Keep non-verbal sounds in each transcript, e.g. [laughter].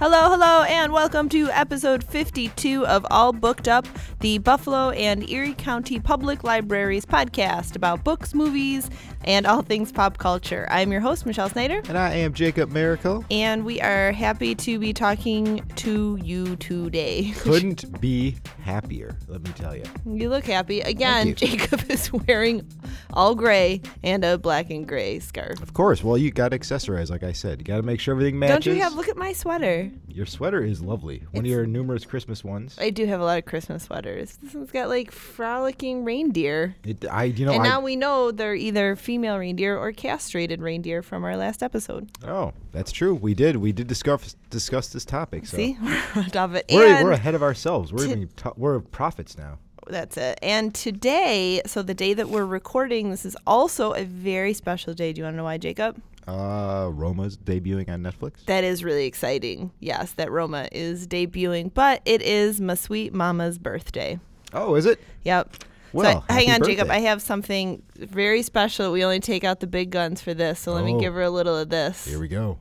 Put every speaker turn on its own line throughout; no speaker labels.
Hello, hello, and welcome to episode 52 of All Booked Up, the Buffalo and Erie County Public Libraries podcast about books, movies, and all things pop culture. I'm your host, Michelle Snyder,
And I am Jacob Miracle.
and we are happy to be talking to you today. [laughs]
Couldn't be happier, let me tell you.
You look happy. Again,
you.
Jacob [laughs] is wearing all gray and a black and gray scarf.
Of course, well, you got to accessorize, like I said. You got to make sure everything matches.
Don't you have? Look at my sweater.
Your sweater is lovely. One of your numerous Christmas ones.
I do have a lot of Christmas sweaters. This one's got like frolicking reindeer.
It, I, you know,
and
I,
now we know they're either female reindeer or castrated reindeer from our last episode.
oh, that's true. We did. We did discuss discuss this topic. So
See, [laughs] we're on top of it.
We're,
and
we're ahead of ourselves. We're
to-
even to, we're prophets now.
that's it. And today, so the day that we're recording, this is also a very special day. Do you want to know why, Jacob?
Uh, Roma's debuting on Netflix.
That is really exciting. Yes, that Roma is debuting, but it is my sweet mama's birthday.
Oh, is it?
Yep.
Well,
so, hang
happy
on, Jacob.
birthday.
I have something very special. We only take out the big guns for this, so let me
Oh.
give her a little of this.
Here we go.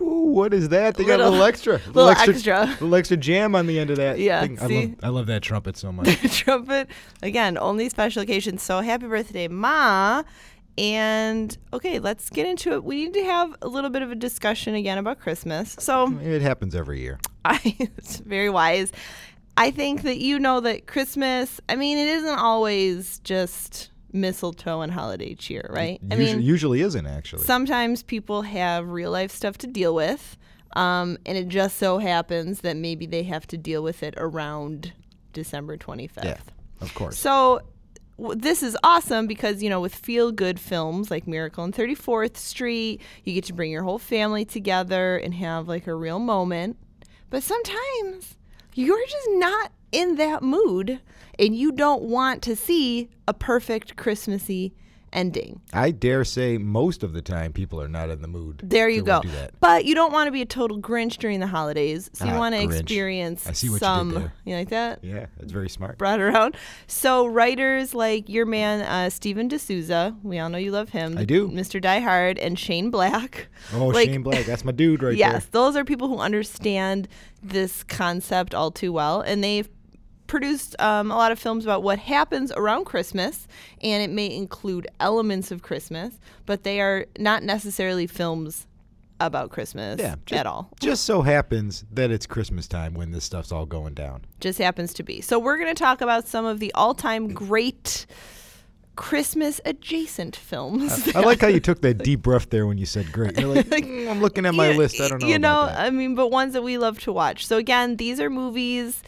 Ooh, what is that? They got a
Little-
little extra,
little extra.
little extra jam on the end of that.
Yeah,
thing. I
see?
love, I love that trumpet so much.
[laughs] trumpet again only special occasions so happy birthday ma and okay let's get into it we need to have a little bit of a discussion again about christmas so
it happens every year.
[laughs] i it's very wise i think that you know that christmas i mean it isn't always just mistletoe and holiday cheer right i
Usu-
mean
usually isn't actually.
sometimes people have real life stuff to deal with um, and it just so happens that maybe they have to deal with it around december 25th
yeah, of course.
so w- this is awesome because you know with feel good films like Miracle on 34th Street, you get to bring your whole family together and have like a real moment. But sometimes you're just not in that mood and you don't want to see a perfect Christmassy ending.
I dare say most of the time people are not in the mood.
There you
to
go.
Do that.
But you don't want to be a total Grinch during the holidays. So you
Ah,
want to
Grinch.
experience
I see what you did
some
there.
you like that?
Yeah, that's very smart.
brought around. So writers like your man uh, Steven D'Souza, we all know you love him.
I do.
Mr. Die Hard and Shane Black. [laughs]
Oh,
like-
Shane Black, that's my dude right
[laughs] yes, those are people who understand this concept all too well, and they've produced um, a lot of films about what happens around Christmas, and it may include elements of Christmas, but they are not necessarily films about Christmas
there. Yeah, ju-
at all.
Just so happens that it's Christmas time when this stuff's all going down.
just happens to be. So we're going to talk about some of the all-time great Christmas adjacent films. [laughs]
I like how you took that deep breath there when you said great. You're like, "Mm, I'm looking at my
You-
list.
[laughs]
I don't know.
You know, uh,
about that."
I mean, but ones that we love to watch. So again, these are movies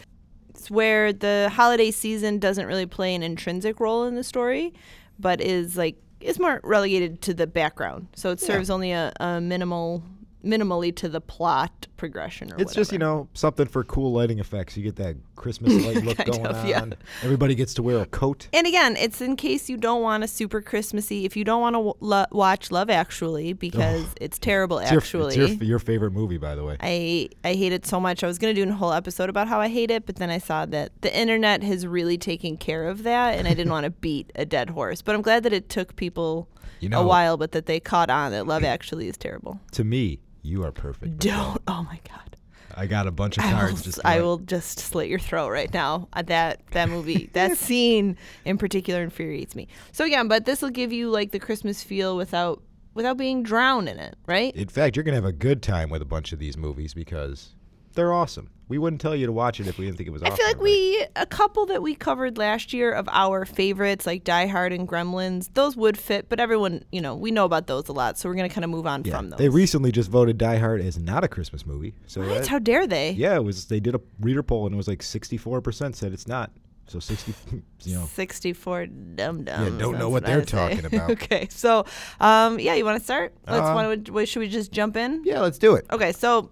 where the holiday season doesn't really play an intrinsic role in the story, but is like is more relegated to the background. So it serves only a, a minimal minimally to the plot progression or
It's just, you
whatever.
know, something for cool lighting effects. You get that
[laughs]
Christmas light look
Kind
going
of,
on.
yeah.
Everybody gets to wear a coat.
And again, it's in case you don't want a super Christmassy. If you don't want to w- lo- watch Love Actually because it's terrible,
It's your-
actually.
It's your, your favorite movie, by the way.
I I hate it so much. I was gonna do a whole episode about how I hate it, but then I saw that the internet has really taken care of that, and I didn't
[laughs]
want to beat a dead horse. But I'm glad that it took people
You
a
know-
while, but that they caught on that
[clears throat]
Love Actually is terrible.
To me, you are perfect.
Don't. Oh my God.
I got a bunch
[laughs]
of
I will,
cards. Just
I
like-
will just slit your throat right now. Uh, That that movie,
[laughs]
that scene in particular infuriates me. So again, but this will give you like the Christmas feel without without being drowned in it, right?
In fact, you're going to have a good time with a bunch of these movies because they're awesome. We wouldn't tell you to watch it if we didn't think it was awesome.
I feel like we a couple that we covered last year of our favorites like Die Hard and Gremlins. Those would fit, but everyone, you know, we know about those a lot, so we're gonna kind of move on
Yeah.
from those.
They recently just voted Die Hard as not a Christmas movie. So
What?
that-
How dare they?
yeah, it was. They did a reader poll and it was like 64% said it's not. So 60, [laughs] you know,
64 dum dums.
don't know
that's
what
I
they're
would say.
talking
[laughs]
about.
okay, so um, yeah, you want to start? Let's.
Uh,
wanna, wait, should we just jump in?
yeah, let's do it.
Okay, so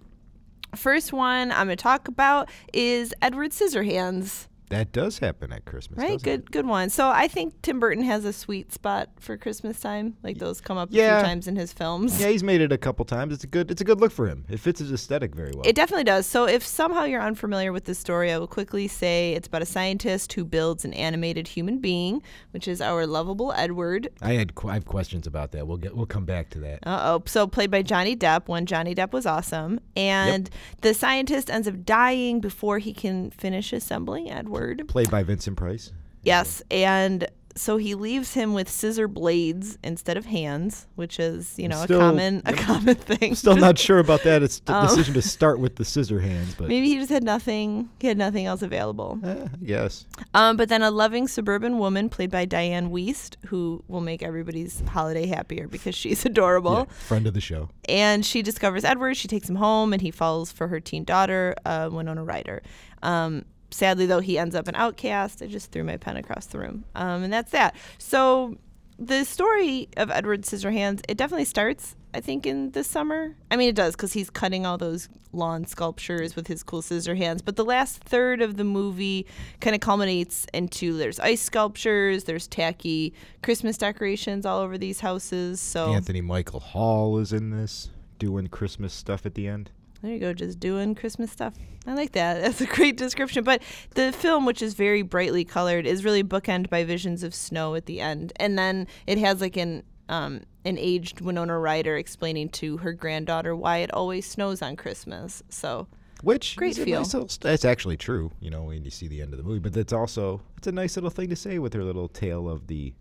first one I'm going to talk about is Edward Scissorhands.
That does happen at Christmas.
Right,
doesn't
good,
it?
good one. So I think Tim Burton has a sweet spot for Christmas time. Like those come up a
Yeah.
few times in his films.
Yeah, he's made it a couple times. It's a good. It's a good look for him. It fits his aesthetic very well.
It definitely does. So, if somehow you're unfamiliar with this story, I will quickly say it's about a scientist who builds an animated human being, which is our lovable Edward.
I had. Qu- I have questions about that. We'll get. We'll come back to that.
Uh oh. So, played by Johnny Depp when Johnny Depp was awesome. And the scientist ends up dying before he can finish assembling Edward.
Played by Vincent Price.
Yes, and so he leaves him with scissor blades instead of hands, which is you know
Still-
a common
[laughs]
a common thing.
Still not sure about that. It's
Oh.
the decision to start with the scissor hands, but
[laughs] Maybe he just had nothing. He had nothing else available.
eh, yes.
Um, but then a loving suburban woman, played by Diane Wiest, who will make everybody's holiday happier because she's [laughs] adorable.
Yeah, friend of the show.
and she discovers Edward. She takes him home, and he falls for her teen daughter, uh, Winona Ryder. Um, sadly, though, he ends up an outcast. I just threw my pen across the room, um, and that's that. So, the story of Edward Scissorhands it definitely starts, I think, in the summer. I mean, it does because he's cutting all those lawn sculptures with his cool scissor hands. But the last third of the movie kind of culminates into there's ice sculptures, there's tacky Christmas decorations all over these houses. So
Anthony Michael Hall is in this doing Christmas stuff at the end.
There you go, just doing Christmas stuff. I like that. [laughs] That's a great description. But the film, which is very brightly colored, is really bookend by visions of snow at the end, and then it has like an um, an aged Winona Ryder explaining to her granddaughter why it always snows on Christmas. So
Which
Great
is a
feel.
nice little st- that's actually true, you know, when you see the end of the movie. But that's also it's a nice little thing to say with her little tale of the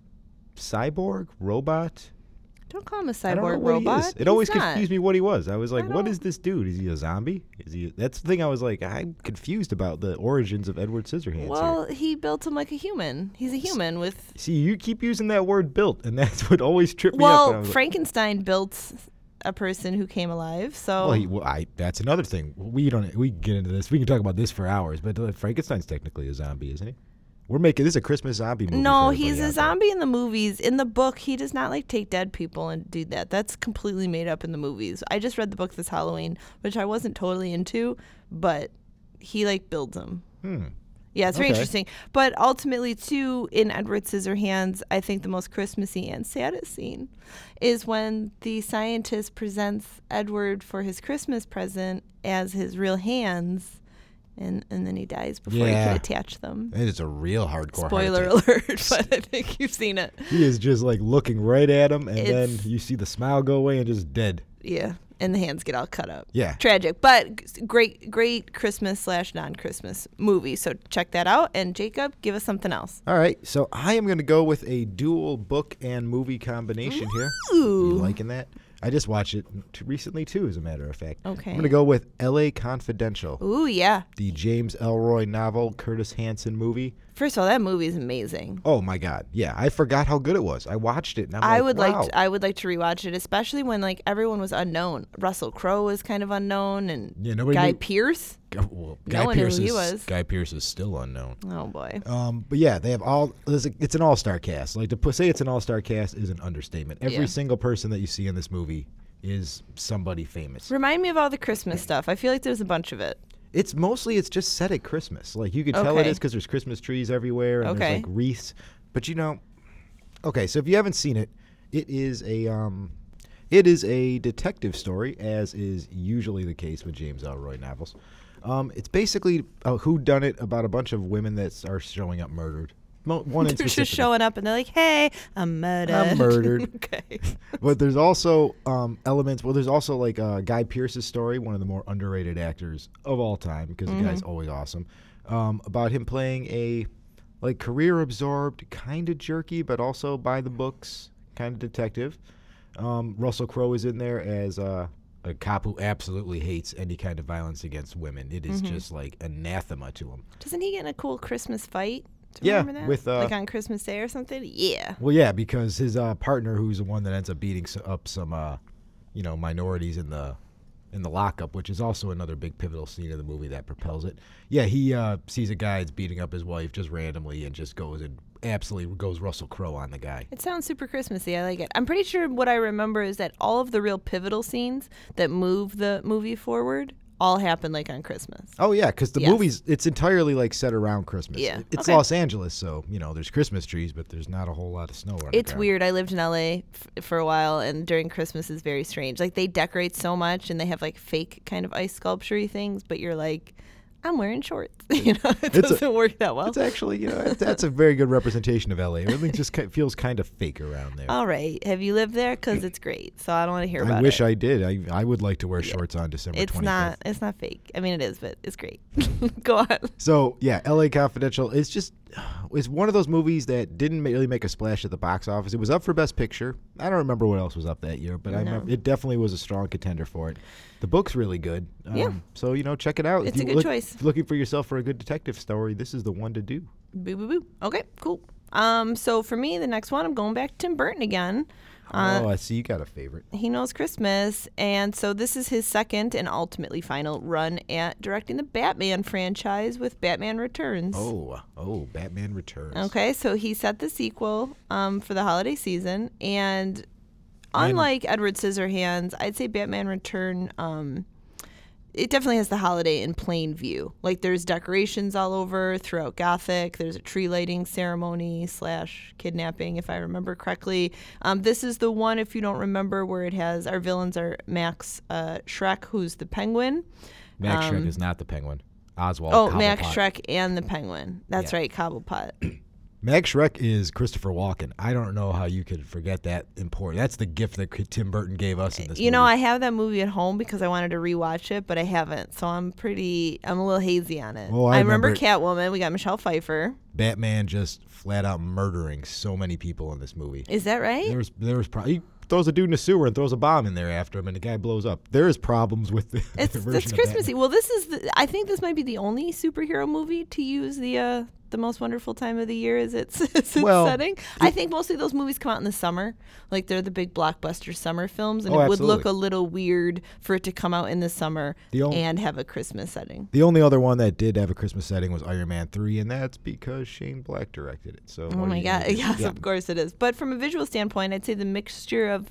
cyborg robot.
don't call him a
I don't know
cyborg
what he
robot.
is. It
He's
always
not.
confused me what he was. I was like, what
don't-
is this dude? Is he a zombie? Is he? That's the thing. I was like, I'm confused about the origins of Edward Scissorhands. here.
Well, he built him like a human. He's a human with.
See, you keep using that word "built," and [laughs] that's what always tripped me up. and I
Well,
was like,
Frankenstein built a person who came alive. So
Well, he, well, I, that's another thing. We don't. We can get into this. We can talk about this for hours. But uh, Frankenstein's technically a zombie, isn't he? We're making this is a Christmas zombie movie.
No,
for
he's
everybody
a
out there.
zombie in the movies. In the book, he does not like take dead people and do that. That's completely made up in the movies. I just read the book this Halloween, which I wasn't totally into, but he like builds them. Yeah, it's very
Hmm. Okay.
interesting. But ultimately, too, in Edward Scissorhands, I think the most Christmassy and saddest scene is when the scientist presents Edward for his Christmas present as his real hands, and and then he dies before he
Yeah.
can attach them.
It is a real hardcore. heart
Spoiler
attack.
alert, [laughs] but I think you've seen it.
He is just like looking right at him, and then
It's-
you see the smile go away, and just dead.
Yeah, and the hands get all cut up.
Yeah.
tragic, but g- great, great Christmas slash non Christmas movie. So check that out. And Jacob, give us something else.
All right, so I am going to go with a dual book and movie combination here.
Ooh.
You liking that? I just watched it t- recently too, as a matter of fact.
Okay.
I'm going to go with L.A. Confidential,
Ooh, yeah.
the James Elroy novel, Curtis Hanson movie.
First of all, that movie is amazing.
Oh my god. Yeah, I forgot how good it was. I watched it and I'm
I
like,
would
wow.
like to, I would like to rewatch it, especially when like everyone was unknown. Russell Crowe was kind of unknown, and
Yeah, nobody
Guy
knew- Oh,
Pierce.
well,
No one knew who he was.
Guy Pierce is still unknown.
Oh boy.
Um, but yeah, they have all. There's a, it's an all-star cast. Like to pu- say it's an all-star cast is an understatement. Every
Yeah.
single person that you see in this movie is somebody famous.
Remind me of all the Christmas stuff. I feel like there's a bunch of it.
It's mostly it's just set at Christmas. Like you can tell it
Okay.
is because there's Christmas trees everywhere and
Okay.
there's like wreaths. But you know, okay. So if you haven't seen it, it is a um, it is a detective story, as is usually the case with James Elroy novels. Um, it's basically uh, a whodunit about a bunch of women that are showing up murdered. Mo- one in
[laughs] They're just
specific.
showing up, and they're like, "Hey, I'm murdered."
I'm
[laughs]
murdered.
okay.
but there's also um, elements. Well, there's also like uh, Guy Pearce's story, one of the more underrated actors of all time, because the guy's always awesome. Um, about him playing a like career absorbed, kind of jerky, but also by the books kind of detective. Um, Russell Crowe is in there as uh, a cop who absolutely hates any kind of violence against women. It is just like anathema to him.
Doesn't he get in a cool Christmas fight? Do you
Yeah,
remember that?
with, uh,
like on Christmas Day or something. Yeah.
Well, yeah, because his uh, partner, who's the one that ends up beating s up some, uh, you know, minorities in the in the lockup, which is also another big pivotal scene of the movie that propels it. Yeah, he uh, sees a guy that's beating up his wife just randomly and just goes and absolutely goes Russell Crowe on the guy.
It sounds super Christmassy. I like it. I'm pretty sure what I remember is that all of the real pivotal scenes that move the movie forward all happen like on Christmas.
Oh yeah, because the
Yes.
movie's it's entirely like set around Christmas.
Yeah,
it's
okay.
Los Angeles, so you know there's Christmas trees, but there's not a whole lot of snow. on the
It's
ground.
weird. I lived in LA f- for a while, and during Christmas is very strange. Like they decorate so much, and they have like fake kind of ice sculpture things, but you're like, I'm wearing shorts. [laughs] you know, it
a-
doesn't work that well.
It's actually you know that- that's a very good representation of LA. Everything just ki feels kind of fake around there.
All right, have you lived there? Because it's great. So I don't want to hear about
Mm. I wish
it.
I did. I I would like to wear shorts on December.
it's
25th.
not. It's not fake. I mean, it is, but it's great. [laughs] Go on.
So yeah, L.A. Confidential is just is one of those movies that didn't ma- really make a splash at the box office. It was up for Best Picture. I don't remember what else was up that year, but I
No.
remember it definitely was a strong contender for it. The book's really good. Um,
Yeah.
So you know, check it out. If
It's a
you
good
look-
choice.
Looking for yourself for a good detective story, this is the one to do.
Boo boo boo. Okay, cool. Um, so for me, the next one, I'm going back to Tim Burton again. Uh,
oh, I see you got a favorite.
He knows Christmas, and so this is his second and ultimately final run at directing the Batman franchise with Batman Returns.
Oh, oh, Batman Returns.
Okay, so he set the sequel um, for the holiday season, and unlike Edward Scissorhands, I'd say Batman Return. Um, it definitely has the holiday in plain view. Like there's decorations all over throughout Gothic. There's a tree lighting ceremony slash kidnapping, if I remember correctly. Um, this is the one, if you don't remember, where it has our villains are Max uh, Shrek, who's the Penguin.
Max Shrek is not the Penguin. Oswald.
um, Oh, Max
Cobblepot.
Shrek and the Penguin. That's right, Cobblepot.
Max Shrek is Christopher Walken. I don't know how you could forget that important. That's the gift that Tim Burton gave us in this.
You know,
movie.
I have that movie at home because I wanted to rewatch it, but I haven't. So I'm pretty, I'm a little hazy on it.
Oh, I
remember,
remember
Catwoman. We got Michelle Pfeiffer.
Batman just flat out murdering so many people in this movie.
Is that right?
There's there's probably he throws a dude in a sewer and throws a bomb in there after him, and the guy blows up. There is problems with the,
It's
the version
it's
of
Christmassy. Well, this is. The, I think this might be the only superhero movie to use the uh, the most wonderful time of the year as its, [laughs] as its
Well,
setting. I think mostly those movies come out in the summer, like they're the big blockbuster summer films, and
Oh,
it would look
absolutely.
a little weird for it to come out in the summer
The only-
and have a Christmas setting.
The only other one that did have a Christmas setting was Iron Man three, and that's because Shane Black directed it. So
Oh my god! [laughs] Yes, of course it is. But from a visual standpoint, I'd say the mixture of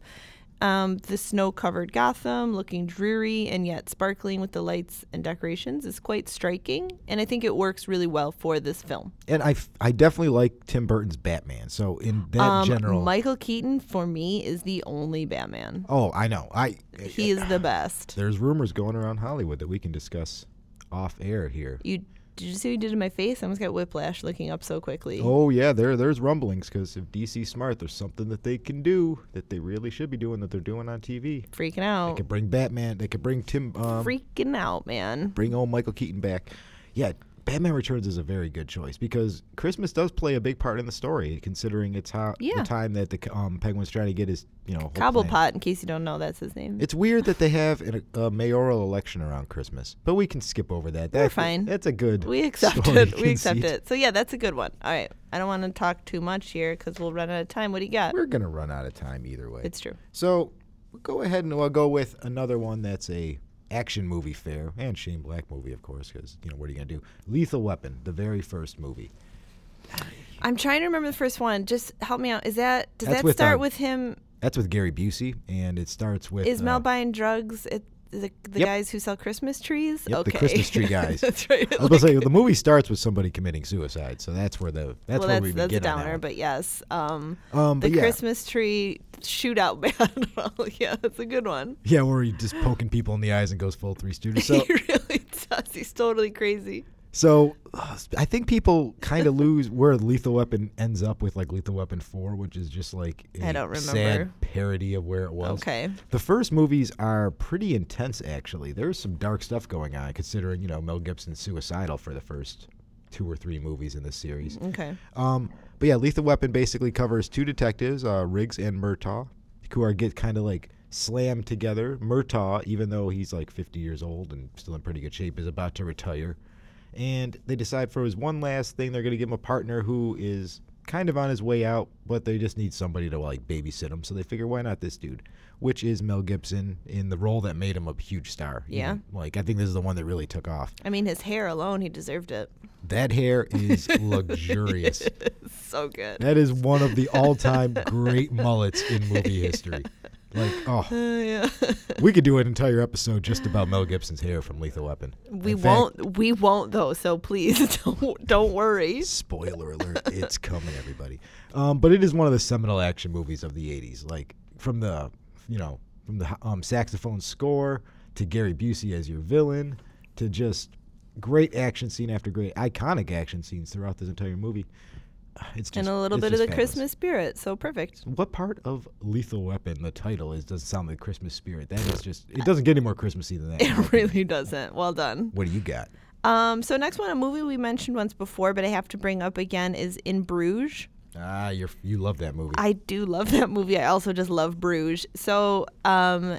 um, the snow-covered Gotham, looking dreary and yet sparkling with the lights and decorations, is quite striking, and I think it works really well for this film.
And I, f- I definitely like Tim Burton's Batman. So in that
Um,
general,
Michael Keaton for me is the only Batman.
oh I know I
He is the best.
There's rumors going around Hollywood that we can discuss off air here.
You did you see what you did to my face? I almost got whiplash looking up so quickly.
Oh yeah, there there's rumblings because if DC's smart, there's something that they can do that they really should be doing that they're doing on TV.
Freaking
They
out.
could bring Batman. They could bring Tim. Um,
Freaking out, man.
bring old Michael Keaton back. Yeah, Batman Returns is a very good choice because Christmas does play a big part in the story, considering it's how
Yeah.
the time that the um, Penguin's trying to get his you know whole plan.
Cobblepot, in case you don't know, that's his name.
It's weird that they have an, a mayoral election around Christmas, but we can skip over that. That's
fine.
That's a good. [laughs]
We accept
story
it. We accept
conceit.
it. So yeah, that's a good one. All right. I don't want to talk too much here because we'll run out of time. What do you got?
We're gonna run out of time either way.
It's true.
So go ahead and we'll go with another one that's a action movie fair and Shane Black movie, of course, because you know what are you gonna do? Lethal Weapon, the very first movie.
I'm trying to remember the first one. Just help me out. Is that does
That's
that
with,
start
um,
with him?
That's with Gary Busey, and it starts with
Is Mel
uh,
buying drugs at the, the
Yep.
guys who sell Christmas trees?
Yep, the
okay. [laughs]
Christmas tree guys.
that's right.
I was
[laughs]
gonna say the movie starts with somebody committing suicide, so that's where the that's
well,
where
that's
we
that's a
begin. on that
downer,
one.
but yes, um,
Um,
the
but yeah.
Christmas tree shootout [laughs] battle. yeah, that's a good one.
yeah, where he just poking people in the eyes and goes full
[laughs]
three students. So
he really does. He's totally crazy.
So uh, I think people kind of lose where Lethal Weapon ends up with like Lethal Weapon 4, which is just like a
I don't remember.
sad parody of where it was.
Okay.
The first movies are pretty intense, actually. There's some dark stuff going on, considering, you know, Mel Gibson's suicidal for the first two or three movies in this series.
Okay.
Um, but yeah, Lethal Weapon basically covers two detectives, uh, Riggs and Murtaugh, who are get kind of like slammed together. Murtaugh, even though he's like 50 years old and still in pretty good shape, is about to retire. And they decide for his one last thing, they're going to give him a partner who is kind of on his way out, but they just need somebody to like babysit him. So they figure, why not this dude? Which is Mel Gibson in the role that made him a huge star. you
Yeah.
know? Like, I think this is the one that really took off.
I mean, his hair alone, he deserved it.
That hair is luxurious.
so good.
That is one of the all-time great mullets in movie history. Like, oh,
[laughs] yeah.
we could do an entire episode just about Mel Gibson's hair from Lethal Weapon.
we
In fact,
won't. We won't though. So please [laughs] don't don't worry.
Spoiler alert, it's coming, everybody. Um, but it is one of the seminal action movies of the 80s. Like, from the, you know, from the um, saxophone score to Gary Busey as your villain to just great action scene after great iconic action scenes throughout this entire movie. It's just,
and a little
it's
bit of
just
the
fabulous.
Christmas spirit. So
[laughs]
perfect.
What part of Lethal Weapon, the title, is doesn't sound like Christmas spirit? That is just, it doesn't get any more Christmassy than that. in my
It
opinion.
really doesn't. Well done.
What do you got?
Um, so next one, a movie we mentioned once before, but I have to bring up again is In Bruges.
Ah, you're, you love that movie.
I do love [laughs] that movie. I also just love Bruges. So, um,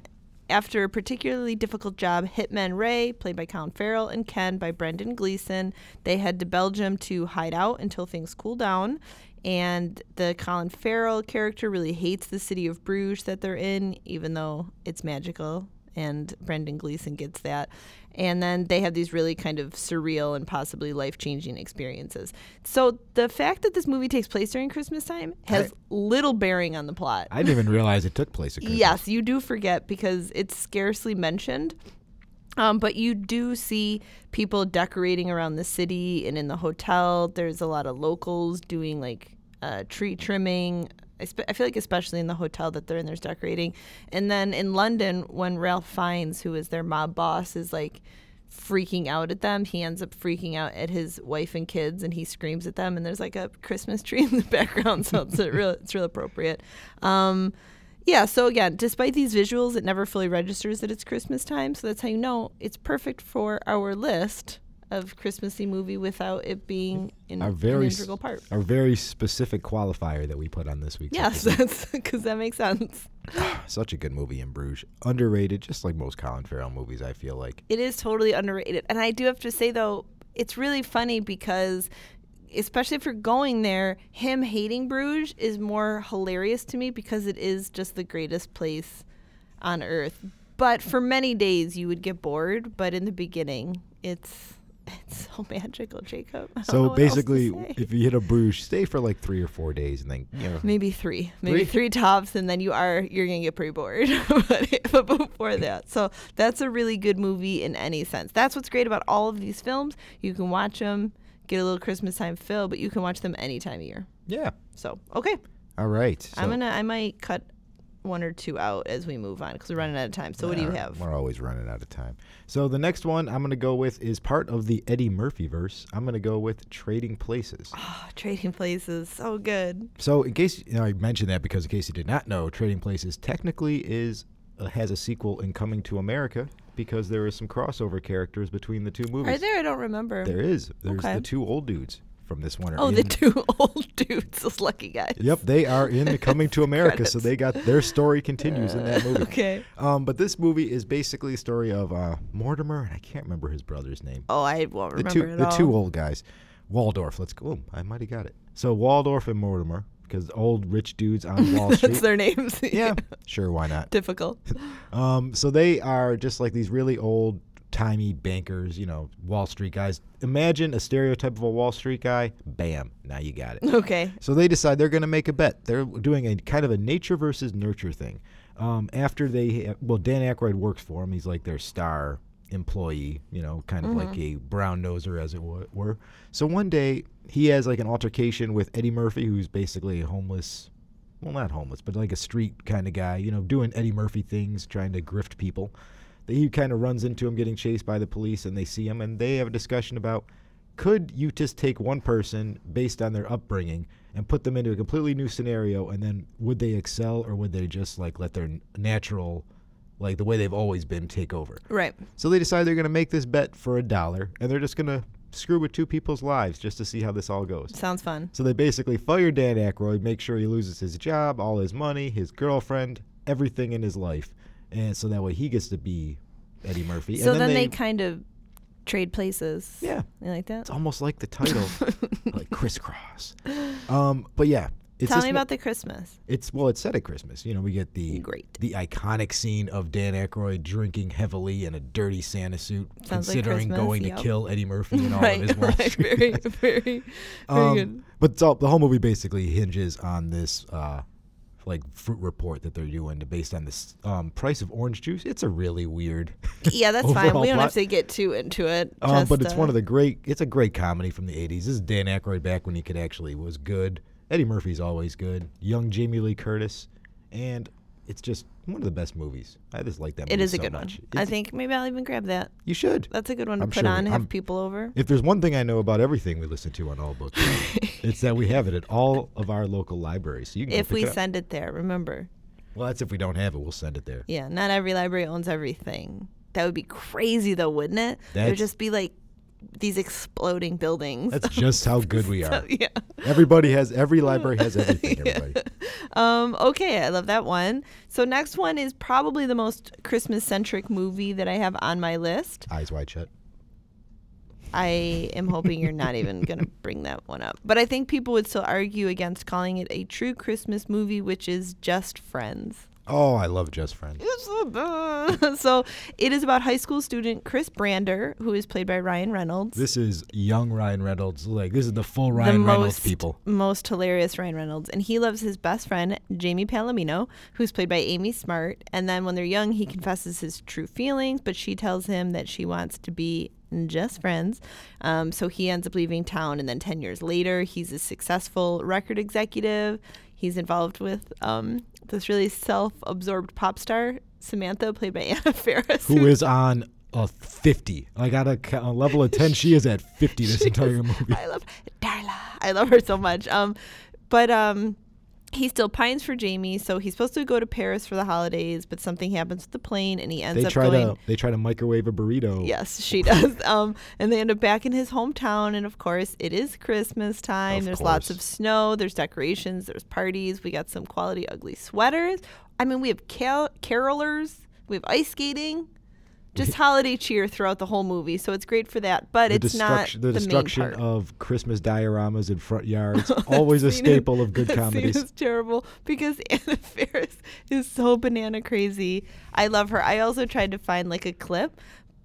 after a particularly difficult job, Hitman Ray, played by Colin Farrell, and Ken by Brendan Gleeson, they head to Belgium to hide out until things cool down. And the Colin Farrell character really hates the city of Bruges that they're in, even though it's magical. And Brendan Gleeson gets that. And then they have these really kind of surreal and possibly life changing experiences. So the fact that this movie takes place during Christmas time has little bearing on the plot.
I didn't even realize it took place at Christmas.
Yes, you do forget because it's scarcely mentioned. Um, but you do see people decorating around the city and in the hotel. There's a lot of locals doing like uh, tree trimming. I, spe- I feel like, especially in the hotel that they're in, there's decorating. And then in London, when Ralph Fiennes, who is their mob boss, is like freaking out at them, he ends up freaking out at his wife and kids and he screams at them. And there's like a Christmas tree in the [laughs] background. So it's, a real, it's real appropriate. Um, yeah, so again, despite these visuals, it never fully registers that it's Christmas time. So that's how you know it's perfect for our list of Christmassy movie without it being in
our very
an
s-
integral
[laughs]
part.
our very specific qualifier that we put on this week's
Yes, [laughs] that's because that makes sense.
episode. Ah, such a good movie in Bruges, underrated, just like most Colin Farrell movies. I feel like
It is totally underrated. And I do have to say, though, it's really funny because, especially if you're going there, him hating Bruges is more hilarious to me because it is just the greatest place on earth. But for many days, you would get bored. But in the beginning, it's. [laughs] It's so magical, Jacob. [laughs] I don't know
so.
what else to
Basically,
say.
if you hit a Bruges, stay for like three or four days, and then you know,
maybe three, maybe three,
Three?
tops, and then you are you're gonna get pretty bored. [laughs] but, but before that, so that's a really good movie in any sense. That's what's great about all of these films. You can watch them, get a little Christmas time feel, but you can watch them any time of year.
yeah.
So okay,
All right, so,
I'm gonna I might cut one or two out as we move on because we're running out of time. So what do you
all right,
have?
We're always running out of time. So the next one I'm gonna go with is part of the Eddie Murphy verse. I'm gonna go with Trading Places.
Oh, Trading Places, so good.
So, in case you know, I mentioned that because in case you did not know, Trading Places technically is uh, has a sequel in Coming to America because there is some crossover characters between the two movies.
Are there? I don't remember.
There is. There's
Okay.
the two old dudes from this one. are
Oh, the [laughs]
in-
two old dudes, those lucky guys.
Yep, they are in the
[laughs]
Coming to America, so they got their story continues in that movie.
Okay.
Um, but this movie is basically the story of uh, Mortimer, and I can't remember his brother's name.
Oh, I won't
the
remember
two
at
the
all.
two old guys, Waldorf. Let's go. Ooh, I might have got it. So Waldorf and Mortimer, because old rich dudes
[laughs]
on
[laughs]
Wall
That's
Street.
their names.
yeah, [laughs] sure,
[laughs]
why not? [laughs]
Difficult.
Um, so they are just like these really old timey bankers, you know, Wall Street guys. Imagine a stereotype of a Wall Street guy. Bam, now you got it.
Okay.
So they decide they're going to make a bet. They're doing a kind of a nature versus nurture thing. Um, after they, well, Dan Aykroyd works for him. He's like their star employee, you know, kind of like a brown noser, as it wa- were. So one day he has like an altercation with Eddie Murphy, who's basically a homeless, well, not homeless, but like a street kind of guy, you know, doing Eddie Murphy things, trying to grift people. He kind of runs into him getting chased by the police, and they see him, and they have a discussion about could you just take one person based on their upbringing and put them into a completely new scenario and then would they excel or would they just like let their n- natural like the way they've always been take over
Right.
so they decide they're going to make this bet for a dollar and they're just going to screw with two people's lives just to see how this all goes
Sounds fun.
so they basically fire Dan Aykroyd, make sure he loses his job, all his money, his girlfriend, everything in his life, and so that way he gets to be Eddie Murphy.
so
and
then they, kind of trade places.
yeah,
You like that?
[laughs] it's almost like the title,
[gasps]
like crisscross. Um, but yeah, it's
Tell
this
me
mo-
about the Christmas.
it's well, it's set at Christmas. You know, we get the
Great.
the iconic scene of Dan Aykroyd drinking heavily in a dirty Santa suit,
Sounds like
considering
Christmas,
going
yep.
to kill Eddie
[laughs]
Murphy and all
right.
of his Wall [laughs]
right.
Street
Very, very, very
um,
good.
But it's all, the whole movie basically hinges on this uh, like fruit report that they're doing to- based on the s- um, price of orange juice. It's a really weird,
Yeah, that's fine.
Overall
We don't
plot-
have to get too into it.
um, but
Just,
it's
uh,
one of the great. It's a great comedy from the '80s. This is Dan Aykroyd back when he could actually was good. Eddie Murphy's always good. Young Jamie Lee Curtis, and it's just one of the best movies. I just like that.
uh, It
movie
is a
so
good
much.
one. I
It's-
think maybe I'll even grab that.
you should.
That's a good one to
I'm
put
sure
on and
I'm-
have people over.
If there's one thing I know about everything we listen to on All
[laughs]
Books, it's that we have it at all of our local libraries. So you can go
If
pick
we
it up.
send it there, remember.
well, that's if we don't have it, we'll send it
[laughs]
there.
Yeah, not every library owns everything. That would be crazy, though, wouldn't it? it would
That's-
just be like these exploding buildings.
That's just how good we are.
[laughs] yeah.
Everybody has every library has everything.
[laughs]
Everybody.
Um, okay, I love that one. So next one is probably the most Christmas-centric movie that I have on my list.
Eyes wide shut.
I am hoping you're not [laughs] even going to bring that one up. But I think people would still argue against calling it a true Christmas movie, which is just friends.
Oh, I love Just Friends.
It's [laughs] the best. so it is about high school student Chris Brander, who is played by Ryan Reynolds.
This is young Ryan Reynolds. Like this is the full Ryan
the
Reynolds
most, [laughs]
people.
most hilarious Ryan Reynolds, and he loves his best friend Jamie Palomino, who's played by Amy Smart. And then when they're young, he confesses his true feelings, but she tells him that she wants to be just friends. Um, so he ends up leaving town, and then ten years later, he's a successful record executive. He's involved with um, this really self-absorbed pop star Samantha, played by [laughs] Anna Faris,
Who is on a fifty? Like at a, ca- a level of ten, she is at
[laughs]
fifty this entire movie.
I love Darla. I love her so much. Um, but um, he still pines for Jamie, so he's supposed to go to Paris for the holidays, but something happens with the plane, and he ends
They
up
try
going.
to they try to microwave a burrito.
Yes,
[laughs]
she does. Um, and they end up back in his hometown, and of course, it is Christmas time.
Of
there's lots
course.
of snow. There's decorations. There's parties. We got some quality ugly sweaters. I mean, we have cal- carolers. We have ice skating.
[laughs]
Just holiday cheer throughout the whole movie, so it's great for that. But
The
it's not
destruction, the destruction
main part.
of Christmas dioramas in front
[laughs]
yards. Always a staple of good
That scene
comedies.
is terrible because [laughs] Anna Faris is so banana crazy. I love her. I also tried to find like a clip,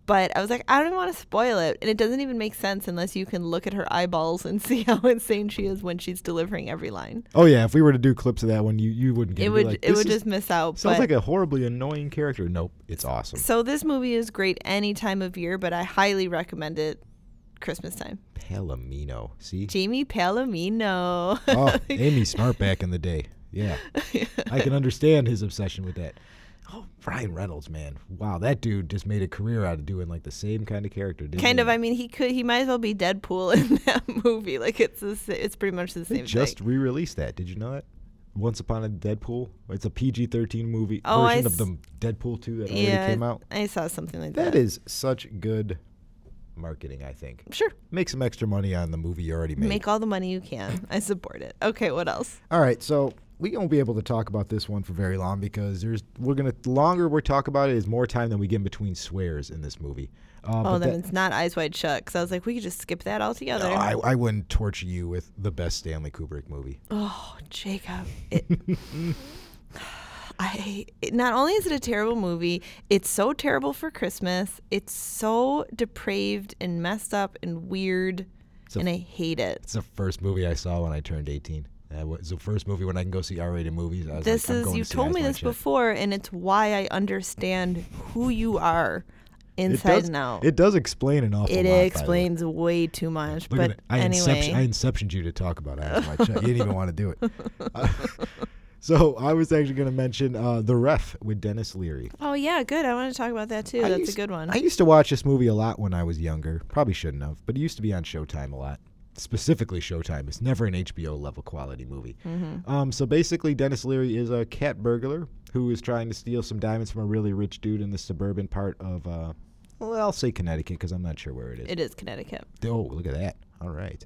but I was like, I don't even want to spoil it, and it doesn't even make sense unless you can look at her eyeballs and [laughs] see how insane she is when she's delivering every line.
Oh yeah, if we were to do clips of that one, you, you wouldn't get
It
You'd be
would
like,
it
"This
would
is-
just miss out.
sounds
but
like a horribly annoying character. Nope, it's awesome.
so this movie is great any time of year, but I highly recommend it. Christmas time.
Palomino, see,
Jamie Palomino. [laughs]
oh, Amy Smart back in the day. Yeah, I can understand his obsession with that. Oh, Ryan Reynolds, man, wow, that dude just made a career out of doing like the same kind of character. Didn't
Kind
he?
of. I mean, he could. He might as well be Deadpool [laughs] in that movie. Like it's the, sa- it's pretty much the
They
same
just
thing.
re-released that. Did you know that? Once upon a Deadpool. It's a PG-13 movie
Oh, I
version of
s-
the Deadpool 2 that already
Yeah,
came out.
I saw something like that.
That is such good marketing. I think
sure.
make some extra money on the movie you already made.
Make all the money you can. I support it. Okay, what else?
All right, so we won't be able to talk about this one for very long because there's we're gonna the longer we talk about it is more time than we get in between swears in this movie. Uh,
Oh,
but
then
that-
it's not Eyes Wide Shut because I was like, we could just skip that altogether.
Oh, I, I wouldn't torture you with the best Stanley Kubrick movie.
Oh, Jacob. It,
[laughs]
I it, not only is it a terrible movie, it's so terrible for Christmas. It's so depraved and messed up and weird,
a-
and I hate it.
It's the first movie I saw when I turned 18. That was the first movie when I can go see R-rated movies. I was
This
like, I'm
is
going
you
to see
told
Eyes
me
Wide
this
Shut.
before, and it's why I understand who you are
It
inside
does,
and out.
it does explain an awful
It
lot. by the way.
explains way too much.
Look
but
at it. I
anyway,
inception, I inceptioned you to talk about Eyes Wide Shut. You didn't even want to do
[laughs]
it. [laughs] Uh, so I was actually going to mention uh, The Ref with Dennis Leary.
oh yeah, good. I want to talk about that too.
I
That's
used-
a good one.
I used to watch this movie a lot when I was younger. Probably shouldn't have, but it used to be on Showtime a lot. Specifically, Showtime. It's never an HBO level quality movie. Um, so basically, Dennis Leary is a cat burglar who is trying to steal some diamonds from a really rich dude in the suburban part of, uh, well, I'll say Connecticut because I'm not sure where it is.
it is Connecticut.
Oh, look at that. All right.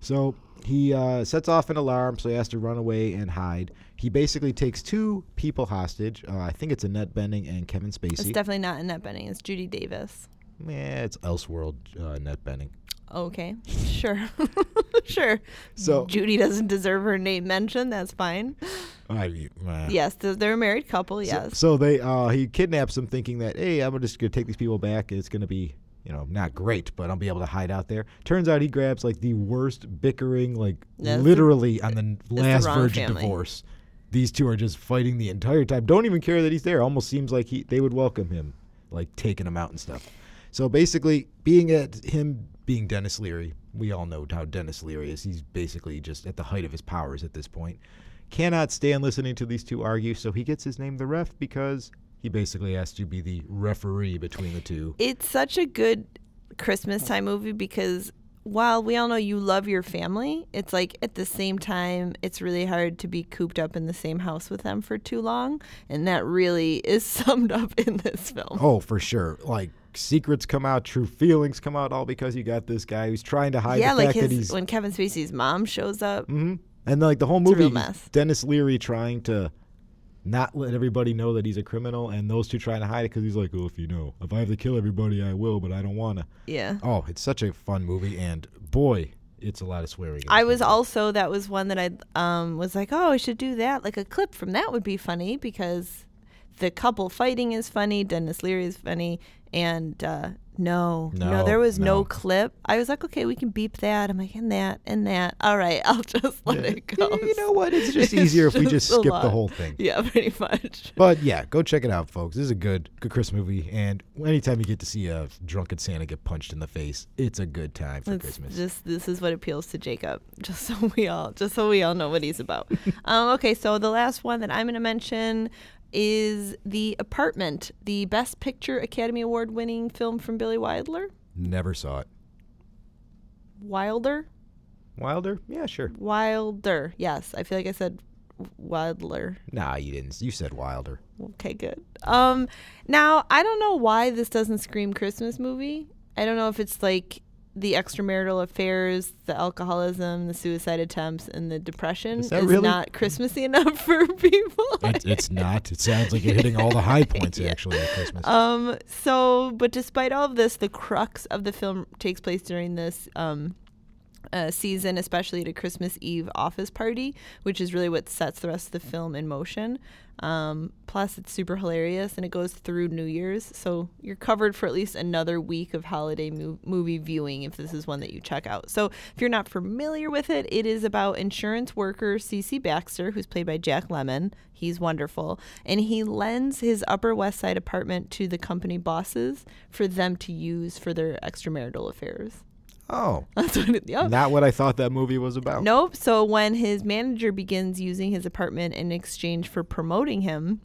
so he uh, sets off an alarm, so he has to run away and hide. He basically takes two people hostage. Uh, I think it's Annette Benning and Kevin
It's
Spacey.
definitely not Annette Benning. It's Judy Davis.
Yeah, it's Elseworld uh, net bending. [laughs]
Okay, sure, [laughs] sure.
So-
Judy doesn't deserve her name mentioned. That's fine.
I, yeah.
Yes, th- they're a married couple. Yes.
So they uh, he kidnaps them, thinking that hey, I'm just gonna take these people back. It's gonna be you know not great, but I'll be able to hide out there. Turns out he grabs like the worst bickering, like
Yeah, it's the-
literally on the n-
the
last
wrong
verge of
family.
divorce. these two are just fighting the entire time. Don't even care that he's there. Almost seems like he they would welcome him, like taking him out and stuff. So basically, being at him being Dennis Leary, we all know how Dennis Leary is. He's basically just at the height of his powers at this point. Cannot stand listening to these two argue, so he gets his name the ref because he basically has to be the referee between the two.
It's such a good Christmas time movie because while we all know you love your family, it's like at the same time, it's really hard to be cooped up in the same house with them for too long. And that really is [laughs] summed up in this film.
Oh, for sure. Like secrets come out, true feelings come out, all because you got this guy who's trying to hide
yeah,
the
like
fact that he's
his when Kevin Spacey's mom shows up.
Mhm. And like the whole
a
movie,
real mess.
Dennis Leary trying to not let everybody know that he's a criminal, and those two trying to hide it because he's like, "Well, if you know, if I have to kill everybody, I will, but I don't wanna."
Yeah.
Oh, it's such a fun movie, and boy, it's a lot of swearing. in
I
this
was
movie.
also that was one that I um, was like, oh, I should do that. Like a clip from that would be funny because the couple fighting is funny. Dennis Leary is funny, and uh, no, no,
No,
there was no.
no.
clip. I was like, okay, we can beep that. I'm like, and that, and that. All right, [laughs] I'll just let it go.
You know
[laughs]
what? It's just easier if we just
a
skip the
lot.
whole thing.
Yeah, pretty much.
But yeah, go check it out, folks. This is a good, good Christmas movie, and anytime you get to see a drunken Santa get punched in the face, it's a good time for
It's
Christmas.
just this is what appeals to Jacob. [laughs] Just so we all, just so we all know what he's about. um, okay, so the last one that I'm going to mention is the apartment, the Best Picture Academy Award winning film from Billy Wilder.
Never saw it.
Wilder,
Wilder? Yeah, sure.
Wilder. Yes, I feel like I said Wilder.
Nah, you didn't. You said
[laughs]
Wilder.
Okay, good. Um, now I don't know why this doesn't scream Christmas movie. I don't know if it's like the extramarital affairs, the alcoholism, the suicide attempts, and the depression
Is that really-
not Christmassy enough [laughs] for people.
It, it's not. It sounds like you're hitting all the
[laughs]
high points actually at Christmas.
Um, so, but despite all of this, the crux of the film takes place during this um, uh, season, especially at a Christmas Eve office party, which is really what sets the rest of the film in motion. Um, plus, it's super hilarious and it goes through New Year's. So, you're covered for at least another week of holiday mo- movie viewing if this is one that you check out. So, if you're not familiar with it, it is about insurance worker Cece Baxter, who's played by Jack Lemon. He's wonderful. And he lends his Upper West Side apartment to the company bosses for them to use for their extramarital affairs. [laughs]
oh,
That's what it, [laughs] yep.
not what I thought that movie was about.
Nope. So when his manager begins using his apartment in exchange for promoting him,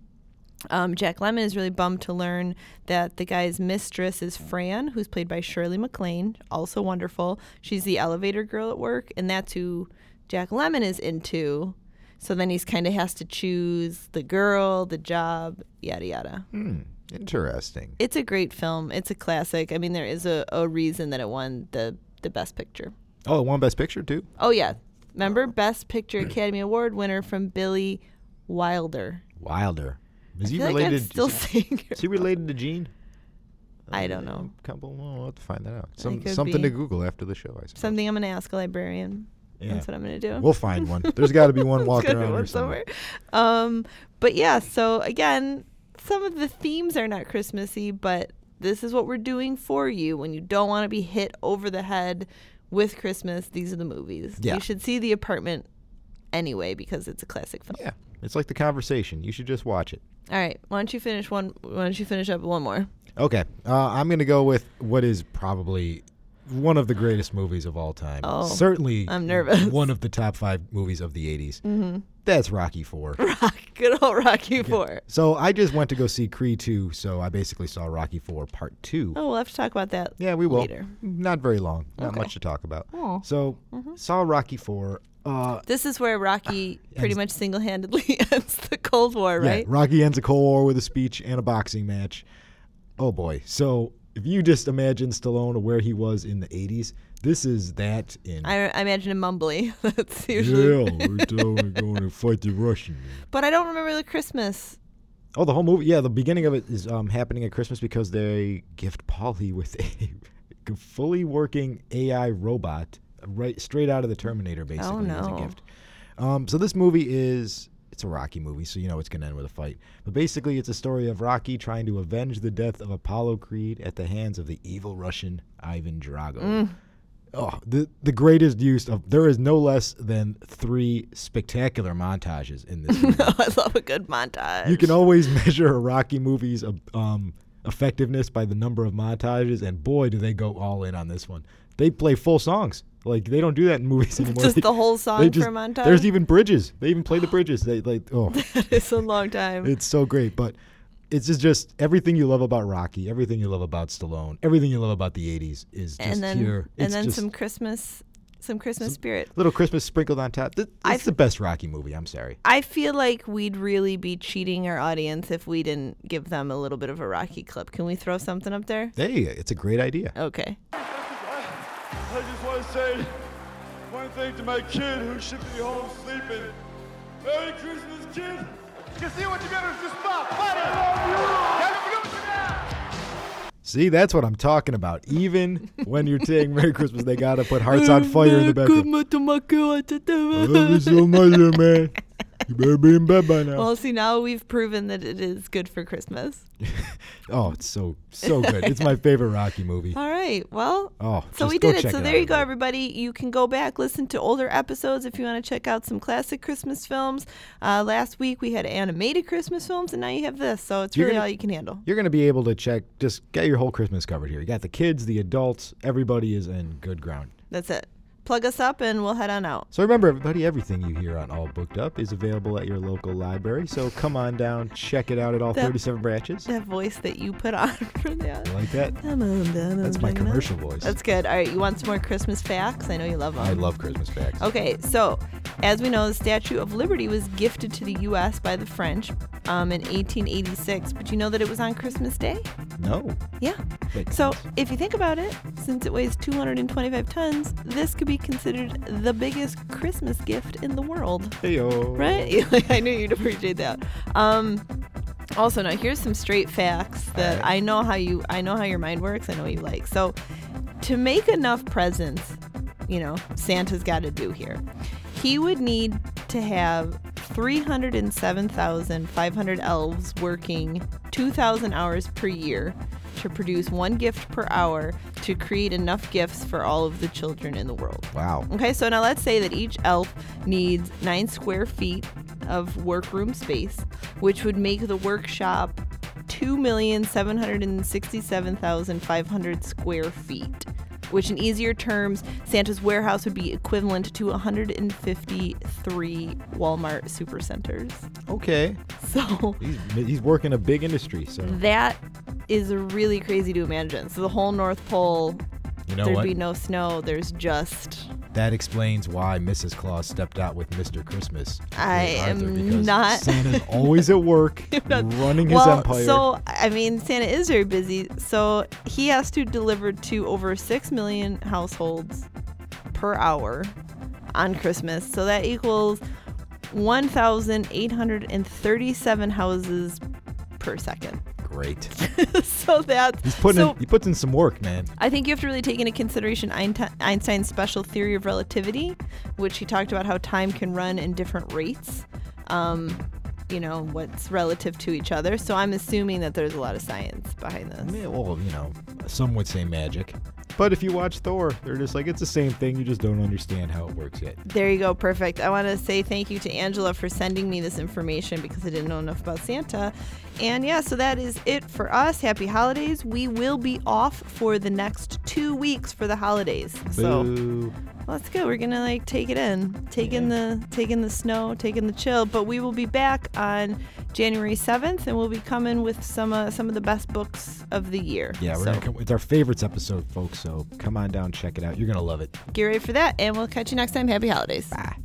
um, Jack Lemon is really bummed to learn that the guy's mistress is Fran, who's played by Shirley MacLaine, also wonderful. She's the elevator girl at work, and that's who Jack Lemon is into. So then he's kind of has to choose the girl, the job, yada yada.
Hmm, interesting.
It's a great film. It's a classic. I mean, there is a, a reason that it won the the best picture.
Oh, it won Best Picture too.
Oh yeah, remember Best Picture Academy Award winner from Billy Wilder.
Wilder. Is
I
he
feel like I'm
related?
still [laughs]
is,
saying.
he related to Gene? Uh,
I don't know.
Couple. Well, we'll have to find that out. Some,
could
something
be.
to Google after the show. I suppose.
Something I'm gonna ask a librarian.
Yeah.
That's what I'm gonna do.
We'll find one. There's got to
[laughs]
be one walking
Gonna do
around
one
or somewhere.
Um, but yeah. So again, some of the themes are not Christmassy, but this is what we're doing for you when you don't want to be hit over the head with Christmas. These are the movies.
Yeah.
You should see The Apartment anyway because it's a classic film.
Yeah, it's like the conversation. You should just watch it.
All right. Why don't you finish one? Why don't you finish up one more?
Okay, uh, I'm going to go with what is probably one of the greatest movies of all time.
Oh,
Certainly,
I'm nervous.
One of the top five movies of the '80s. Mm-hmm. That's Rocky Four.
[laughs] Rock, good old Rocky Four.
so I just went to go see Creed Two, so I basically saw Rocky Four Part Two.
Oh, we'll have to talk about that.
Yeah, we will.
Later.
Not very long. Not much to talk about.
Oh.
So saw Rocky Four. Uh,
This is where Rocky pretty much single-handedly [laughs] ends the Cold War,
Ah, yeah,
right?
Rocky ends a Cold War with a speech and a boxing match. Oh boy. So if you just imagine Stallone where he was in the '80s, this is that in
I, I imagine him mumbly. [laughs] That's usually.
[laughs] Yeah, we're totally going to fight the Russian.
But I don't remember the Christmas. [laughs]
Oh, the whole movie. Yeah, the beginning of it is um, happening at Christmas because they gift Polly with a [laughs] fully working AI robot, right straight out of the Terminator, basically as
no.
a gift. Um, so this movie is it's a Rocky movie, so you know it's going to end with a fight. But basically, it's a story of Rocky trying to avenge the death of Apollo Creed at the hands of the evil Russian Ivan Drago. oh, the the greatest use of there is no less than three spectacular montages in this.
[laughs]
movie.
Oh, I love a good montage. [laughs]
you can always [laughs] measure a Rocky movie's um, effectiveness by the number of montages, and boy, do they go all in on this one. They play full songs. Like they don't do that
[laughs]
in movies anymore.
Just
They-
the whole
they
song for
just-
a montage?
There's even bridges. They
[gasps]
even play the bridges. They like
[laughs]
oh,
it's a long time.
it's so great. But it's just, just everything you love about Rocky, everything you love about Stallone, everything you love about the '80s is just
and then
here.
and
It's
then
just
some Christmas some Christmas spirit.
little Christmas sprinkled on top. Th-
I
It's the best Rocky movie. I'm sorry.
I feel like we'd really be cheating our audience if we didn't give them a little bit of a Rocky clip. Can we throw something up there?
Hey, it's a great idea.
Okay.
I just want to say one thing to my kid who should be home sleeping. Merry Christmas, kid! You see what you got is just pop.
See, that's what I'm talking about. Even when you're saying Merry Christmas, they gotta put hearts on fire in the background. I love [laughs] you so much, little man. You better be in bed by now.
Well, see, now we've proven that it is good for Christmas.
[laughs] Oh, it's so so good. It's my favorite
[laughs]
Rocky movie.
All right. Well,
Oh,
so
just
we
go
did it.
check
So
it
there
out,
you go, everybody. You can go back, listen to older episodes if you want to check out some classic Christmas films. Uh, last week we had animated Christmas films, and now you have this. So it's
You're
really
gonna-
all you can handle.
You're gonna be able to check. Just get your whole Christmas covered here. You got the kids, the adults. Everybody is in good ground.
That's it. Plug us up, and we'll head on out.
So remember, everybody, everything you hear on All Booked Up is available at your local library. So come on down, check it out at all
That-
37 branches.
That voice that you put on [laughs] for that.
You like that?
That's
That's my commercial voice.
That's good. All right, you want some more Christmas facts? I know you love them.
I love Christmas facts.
Okay, so as we know, the Statue of Liberty was gifted to the U.S. by the French um, in 1886. But you know that it was on Christmas Day?
No.
Yeah.
Makes
So
sense.
if you think about it, since it weighs 225 tons, this could be considered the biggest Christmas gift in the world.
Heyo.
Right? [laughs] I knew you'd appreciate that. Um, also, now here's some straight facts that I know how you I know how your mind works. I know what you like. So, to make enough presents, you know, Santa's got to do here. He would need to have 307,500 elves working 2,000 hours per year to produce one gift per hour to create enough gifts for all of the children in the world.
Wow.
Okay, so now let's say that each elf needs nine square feet of workroom space, which would make the workshop 2,767,500 square feet. Which, in easier terms, Santa's warehouse would be equivalent to 153 Walmart supercenters. [laughs]
Okay.
So
He's, he's working a big industry, so
that is really crazy to imagine. So the whole North Pole,
you know
there'd
what?
be no snow. There's just
that explains why Mrs. Claus stepped out with Mr. Christmas.
I
with Arthur,
am
because
not- [laughs]
Santa's always at work,
not-
running his
well,
empire.
So I mean, Santa is very busy. So he has to deliver to over six million households per hour on Christmas. So that equals one thousand eight hundred and thirty-seven houses per second. [laughs]
Great.
so that's
He's putting
so
in, he puts in some work, man.
I think you have to really take into consideration Einti- Einstein's special theory of relativity, which he talked about how time can run in different rates. Um, you know what's relative to each other. So I'm assuming that there's a lot of science behind
I
this.
mean, well, you know, some would say magic. But if you watch Thor, they're just like it's the same thing. You just don't understand how it works yet.
There you go, perfect. I want to say thank you to Angela for sending me this information because I didn't know enough about Santa. And yeah, so that is it for us. Happy holidays. We will be off for the next two weeks for the holidays. So.
Boo.
Let's go. We're gonna like take it in, take in
Yeah.
the take in the snow, take in the chill. But we will be back on January seventh, and we'll be coming with some uh, some of the best books of the year.
Yeah, we're
so
gonna come, it's our favorites episode, folks. So come on down, check it out. You're gonna love it.
get ready for that, and we'll catch you next time. Happy holidays.
Bye.